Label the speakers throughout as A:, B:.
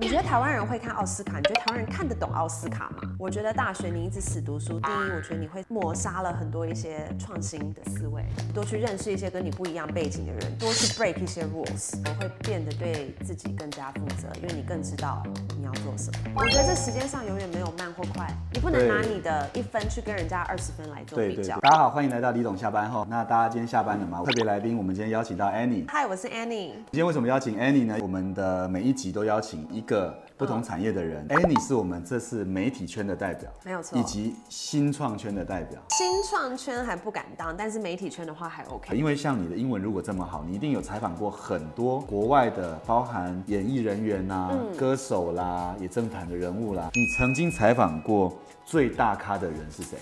A: 你觉得台湾人会看奥斯卡？你觉得台湾人看得懂奥斯卡吗？我觉得大学你一直死读书，第一，我觉得你会抹杀了很多一些创新的思维，多去认识一些跟你不一样背景的人，多去 break 一些 rules，我会变得对自己更加负责，因为你更知道你要做什么。我觉得这时间上永远没有慢或快，你不能
B: 对
A: 拿你的一分去跟人家二十分来做
B: 对
A: 比
B: 对
A: 较
B: 对，。大家好，欢迎来到李董下班后。那大家今天下班了吗？特别来宾，我们今天邀请到 Annie。
A: 嗨，我是 Annie。
B: 今天为什么邀请 Annie 呢？我们的每一集都邀请一个不同产业的人。Annie 是我们这次媒体圈的代表，
A: 没有错
B: 以及新创圈的代表。
A: 新创圈还不敢当，但是媒体圈的话还 OK。
B: 呃因为像你的英文如果这么好，你一定有采访过很多国外的，包含演艺人员呐、歌手啦、也政坛的人物啦。你曾经采访过最大咖的人是谁？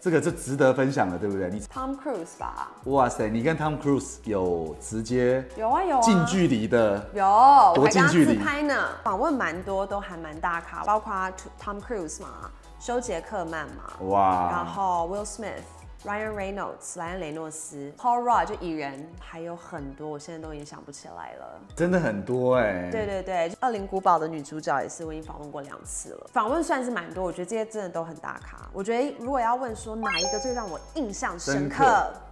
B: 这个就值得分享了，对不对？你
A: Tom Cruise 吧，
B: 哇塞，你跟 Tom Cruise 有直接
A: 有啊有啊，
B: 近距离的，
A: 有，我
B: 多
A: 还
B: 近
A: 跟他
B: 距
A: 自
B: 离
A: 拍呢。访问蛮多，都还蛮大咖，包括 Tom Cruise 嘛，休杰克曼嘛，然
B: 哇，
A: 后 Will Smith。Ryan Reynolds、莱恩·雷诺斯、Paul Rudd 就蚁人，还有很多，我现在都已经想不起来了。
B: 真的很多哎、
A: 对对对，《恶灵古堡》的女主角也是，我已经访问过两次了。访问算是蛮多，我觉得这些真的都很大咖。我觉得如果要问说哪一个最让我印象深刻，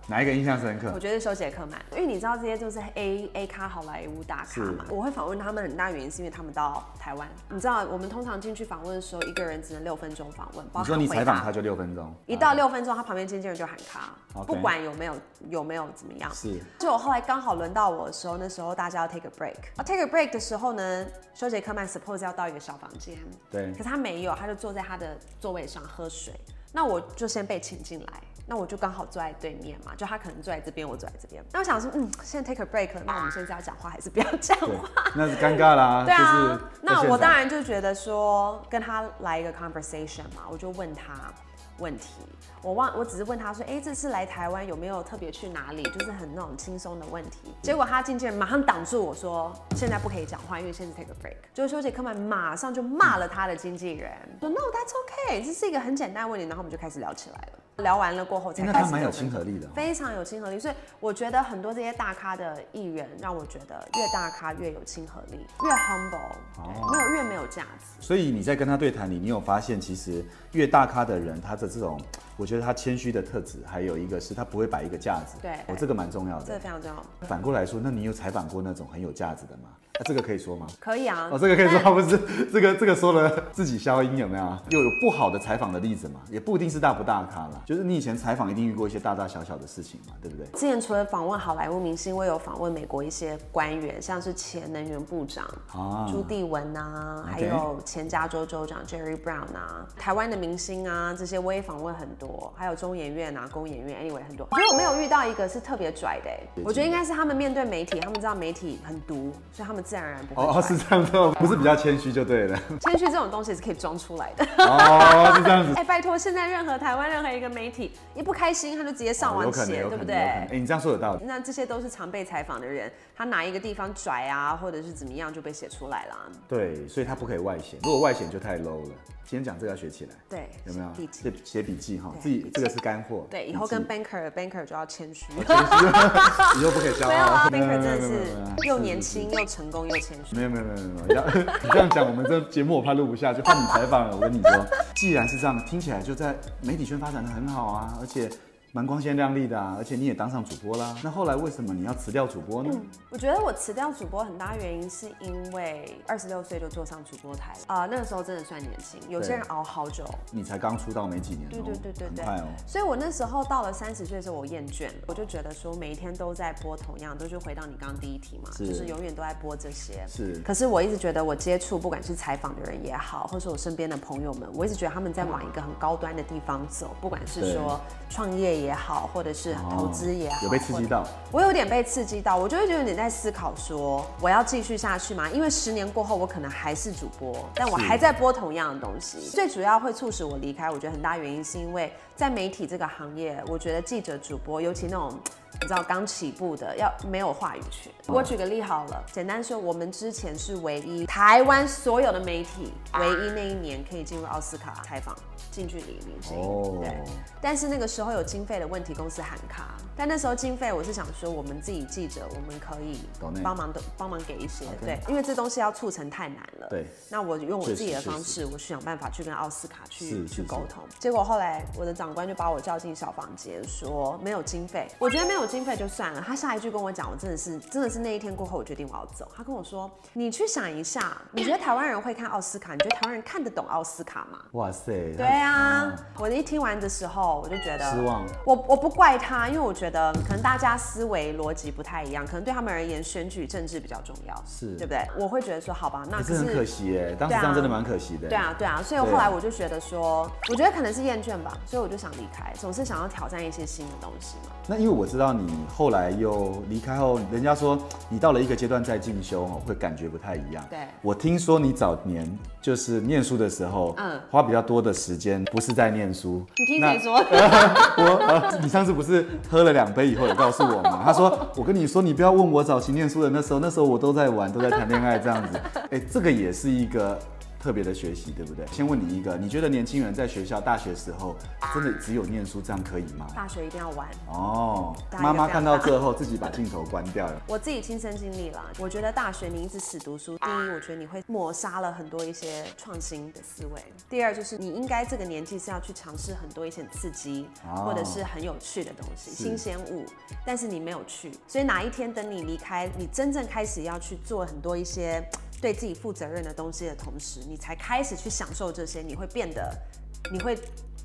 B: 哪一个印象深刻
A: 我？觉得是修杰克曼，因为你知道这些就是 A A 咖好莱坞大咖嘛。
B: 是
A: 我会访问他们很大原因是因为他们到台湾，你知道我们通常进去访问的时候，一个人只能六分钟访问，包
B: 你说
A: 含
B: 你
A: 回
B: 采访
A: 答
B: 他。就六分钟，啊
A: 一到六分钟，他旁边经纪人就喊咖，
B: OK
A: 不管有没有有没有怎么样。
B: 是
A: 就我后来刚好轮到我的时候，那时候大家要 take a break。啊 take a break 的时候呢，修杰克曼 suppose 要到一个小房间，
B: 对
A: 可是他没有，他就坐在他的座位上喝水。那我就先被请进来，那我就刚好坐在对面嘛，就他可能坐在这边，我坐在这边。那我想说，嗯，现在 take a break 了，那我们现在要讲话还是不要讲
B: 对
A: 话？，
B: 那是尴尬 啦。
A: 对啊，
B: 就是在
A: 那
B: 现
A: 我
B: 场
A: 当然就觉得说跟他来一个 conversation 嘛，我就问他问题，我忘我只是问他说，哎、这次来台湾有没有特别去哪里，就是很那种轻松的问题。
B: 嗯
A: 结果他经纪人马上挡住我说，现在不可以讲话，因为现在 take a break。就是修杰克曼马上就骂了他的经纪人，
B: 嗯
A: 说 No that's okay，这是一个很简单的问题，然后我们就开始聊起来了。聊完了过后才
B: 哎那
A: 开
B: 他
A: 始
B: 蛮有
A: 有分
B: 亲和力的哦。
A: 非常有亲和力，所以我觉得很多这些大咖的艺人，让我觉得越大咖越有亲和力，越 humble，对，没有越没有架子。
B: 所以你在跟他对谈里，你有发现，其实越大咖的人，他的这种，我觉得他谦虚的特质，还有一个是他不会摆一个架子，
A: 对
B: 我、这个蛮重要
A: 这个
B: 的。
A: 非常重要，
B: 反过来说，那你有采访过那种很有架子的吗？啊、这个可以说吗？
A: 可以啊。
B: 哦，这个可以说
A: 但
B: 吗，不是 这个这个说了自己消音有没有啊？有有不好的采访的例子吗？也不一定是大不大咖啦，就是你以前采访一定遇过一些大大小小的事情嘛，对不对？
A: 之前除了访问好莱坞明星，我有访问美国一些官员，像是前能源部长
B: 啊，
A: 朱棣文啊，
B: OK
A: 还有前加州州长 Jerry Brown 啊，台湾的明星啊，这些我也访问很多，还有中研院啊、工研院，anyway 很多。我觉得我没有遇到一个是特别拽的、欸，我觉得应该是他们面对媒体，他们知道媒体很毒，所以他们自然而然不
B: 哦，
A: 会拽
B: 哦是。这样的哦，不是比较谦虚就对 了。
A: 谦虚这种东西是可以装出来 的。
B: 哦，是这样子
A: 哎、。拜托，现在任何台湾任何一个媒体一不开心，他就直接上
B: 哦有
A: 网
B: 可能，
A: 写，
B: 有可
A: 对不
B: 能，有可
A: 对？
B: 能。哎、你这样说有道理。
A: 那这些都是常被采访的人，他哪一个地方拽啊，或者是怎么样就被写出来啦。
B: 对，所以它不可以外显，如果外显就太 low 了。今天讲这个要学起来，
A: 对，
B: 有没有
A: 笔？记
B: 写写笔记哈，
A: 对
B: 自己这个是干货。
A: 对，
B: 笔
A: 以后
B: 记
A: 跟 banker banker 就要谦虚。
B: 哦以后不可以骄 傲。
A: 没有啊
B: 没有
A: ，banker 真的
B: 没有没有没
A: 是
B: 有
A: 又年轻又成功又谦虚。
B: 没有没有没有没有，要 你这样讲，我们这节目我怕录不下去，换你采访了。我跟你 说，既然是这样，听起来就在媒体圈发展的很好啊，而且蛮光鲜亮丽的啊，而且你也当上主播啦。那后来为什么你要辞掉主播呢？
A: 我觉得我辞掉主播很大原因是因为二十六岁就坐上主播台了啊、那个时候真的算年轻，有些人熬好久。
B: 你才刚出道没几年哦，
A: 对对对对对，
B: 很快哦。
A: 所以我那时候到了三十岁的时候，我厌倦了，我就觉得说每一天都在播同样，都就回到你刚刚第一题嘛，
B: 是
A: 就是永远都在播这些。
B: 是
A: 可是我一直觉得我接触不管是采访的人也好，或是我身边的朋友们，我一直觉得他们在往一个很高端的地方走，不管是说创业也好，或者是投资也好，
B: 哦有被刺
A: 或
B: 激
A: 者
B: 到。
A: 我有点被刺激到，我就会觉得你在思考说，我要继续下去吗？因为十年过后，我可能还是主播，但我
B: 是
A: 还在播同样的东西。最主要会促使我离开，我觉得很大原因是因为在媒体这个行业，我觉得记者、主播，尤其那种。你知道刚起步的要没有话语权。我举个例好了，简单说，我们之前是唯一台湾所有的媒体唯一那一年可以进入奥斯卡采访近距离明星。
B: 哦
A: 对，但是那个时候有经费的问题，公司喊卡，但那时候经费，我是想说我们自己记者，我们可以
B: Donate
A: 帮忙的帮忙给一些
B: OK
A: 对，因为这东西要促成太难了。
B: 对，
A: 那我用我
B: 确
A: 自己
B: 实
A: 的
B: 确
A: 方
B: 实
A: 式，我去想办法去跟奥斯卡去
B: 是
A: 去
B: 是
A: 沟
B: 是
A: 通。结果后来我的长官就把我叫进小房间，说没有经费。我觉得没有经费就算了，他下一句跟我讲，我真的是真的是那一天过后，我决定我要走。他跟我说，你去想一下，你觉得台湾人会看奥斯卡？你觉得台湾人看得懂奥斯卡吗？
B: 哇塞，
A: 对啊，我一听完的时候，我就觉得
B: 嗯失望
A: 我我不怪他，因为我觉得可能大家思维逻辑不太一样，可能对他们而言，选举政治比较重要，
B: 是
A: 对不对？我会觉得说，好吧，那
B: 也
A: 可
B: 是很可惜哎，当时
A: 对啊
B: 这样真的蛮可惜的。
A: 对，啊，对啊，所以
B: 对啊
A: 后来我就觉得说，我觉得可能是厌倦吧，所以我就想离开，总是想要挑战一些新的东西嘛。
B: 那因为我知道你后来又离开后，人家说你到了一个阶段再进修哦，会感觉不太一样。
A: 对
B: 我听说你早年就是念书的时候，
A: 嗯
B: 嗯，花比较多的时间不是在念书。
A: 你听
B: 那
A: 谁说？
B: 我呃，你上次不是喝了两杯以后有告诉我吗？ 他说，我跟你说，你不要问我早期念书的那时候，那时候我都在玩，都在谈恋爱这样子。 哎、这个也是一个特别的学习，对不对？先问你一个，你觉得年轻人在学校大学时候真的只有念书这样可以吗？
A: 大学一定要玩。
B: 哦
A: 大，家
B: 妈妈
A: 有这样
B: 看到这后自己把镜头关掉了。
A: 我自己亲身经历啦，我觉得大学你一直死读书，第一，我觉得你会抹杀了很多一些创新的思维；第二，就是你应该这个年纪是要去尝试很多一些很刺激、
B: 哦
A: 或者是很有趣的东西、
B: 是
A: 新鲜物，但是你没有去，所以哪一天等你离开，你真正开始要去做很多一些嘖对自己负责任的东西的同时，你才开始去享受这些，你会变得，你会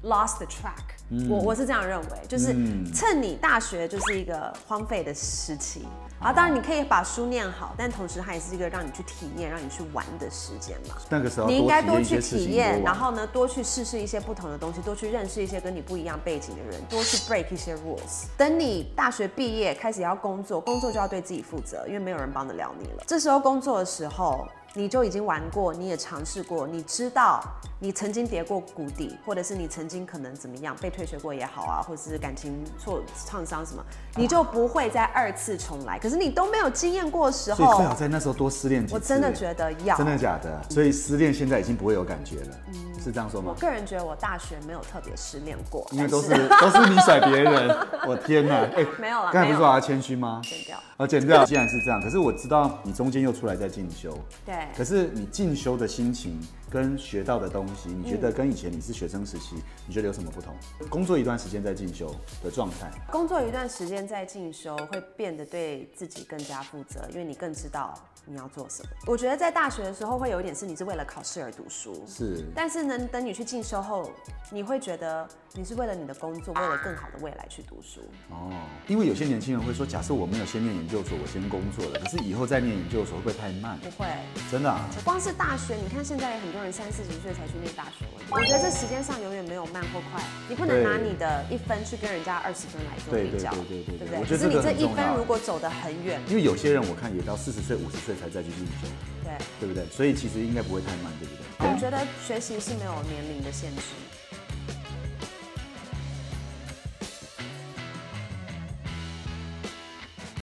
A: lost the track。我我是这样认为，就是
B: 嗯
A: 趁你大学就是一个荒废的时期，啊，当然你可以把书念好，但同时它也是一个让你去体验、让你去玩的时间嘛。
B: 那个时候
A: 你应该
B: 多
A: 多
B: 体验一些
A: 去
B: 事情
A: 体
B: 多
A: 验，
B: 玩
A: 然后呢，多去试试一些不同的东西，多去认识一些跟你不一样背景的人，多去 break 一些 rules。等你大学毕业开始要工作，工作就要对自己负责，因为没有人帮得了你了。这时候工作的时候。你就已经玩过，你也尝试过，你知道你曾经跌过谷底，或者是你曾经可能怎么样被退学过也好啊，或者是感情挫创伤什么，你就不会再二次重来。可是你都没有经验过的时
B: 所以最哎
A: 候
B: 好，在那时候多失恋几次。哎
A: 我真的觉得嗯要
B: 真的假的？所以失恋现在已经不会有感觉了，
A: 嗯
B: 是这样说吗
A: 我？个人觉得我大学没有特别失恋过，
B: 因为都是
A: 但
B: 都是你甩别人， 我 天哪！哎、
A: 没有啦
B: 刚
A: 没
B: 才不
A: 有
B: 是说我要谦虚吗？
A: 剪掉。
B: 哦，剪掉。既然是这样，可是我知道你中间又出来在进修，
A: 对
B: 可是你进修的心情跟学到的东西，你觉得跟以前你是学生时期，你觉得有什么不同？工作一段时间再进修的状态，
A: 工作一段时间再进修，会变得对自己更加负责，因为你更知道你要做什么。我觉得在大学的时候会有一点是你是为了考试而读书，
B: 是
A: 但是呢，等你去进修后，你会觉得你是为了你的工作，为了更好的未来去读书。
B: 哦，因为有些年轻人会说，假设我没有先念研究所，我先工作了，可是以后再念研究所会不会太慢？
A: 不会，
B: 真的、啊，
A: 光是大学，你看现在很多人三四十岁才去念大学，我觉得这时间上永远没有慢或快，你不能
B: 对
A: 拿你的一分去跟人家二十分来做
B: 对
A: 比较，
B: 对对对对对
A: 不对？
B: 我
A: 可
B: 觉得
A: 是你
B: 这个
A: 这
B: 很
A: 一
B: 重
A: 分
B: 要
A: 如果走得很远，
B: 因为有些人我看也到四十岁、五十岁才再去进修，
A: 对。
B: 对不对？所以其实应该不会太慢，对不对？
A: 我觉得学习是没有年龄的限制，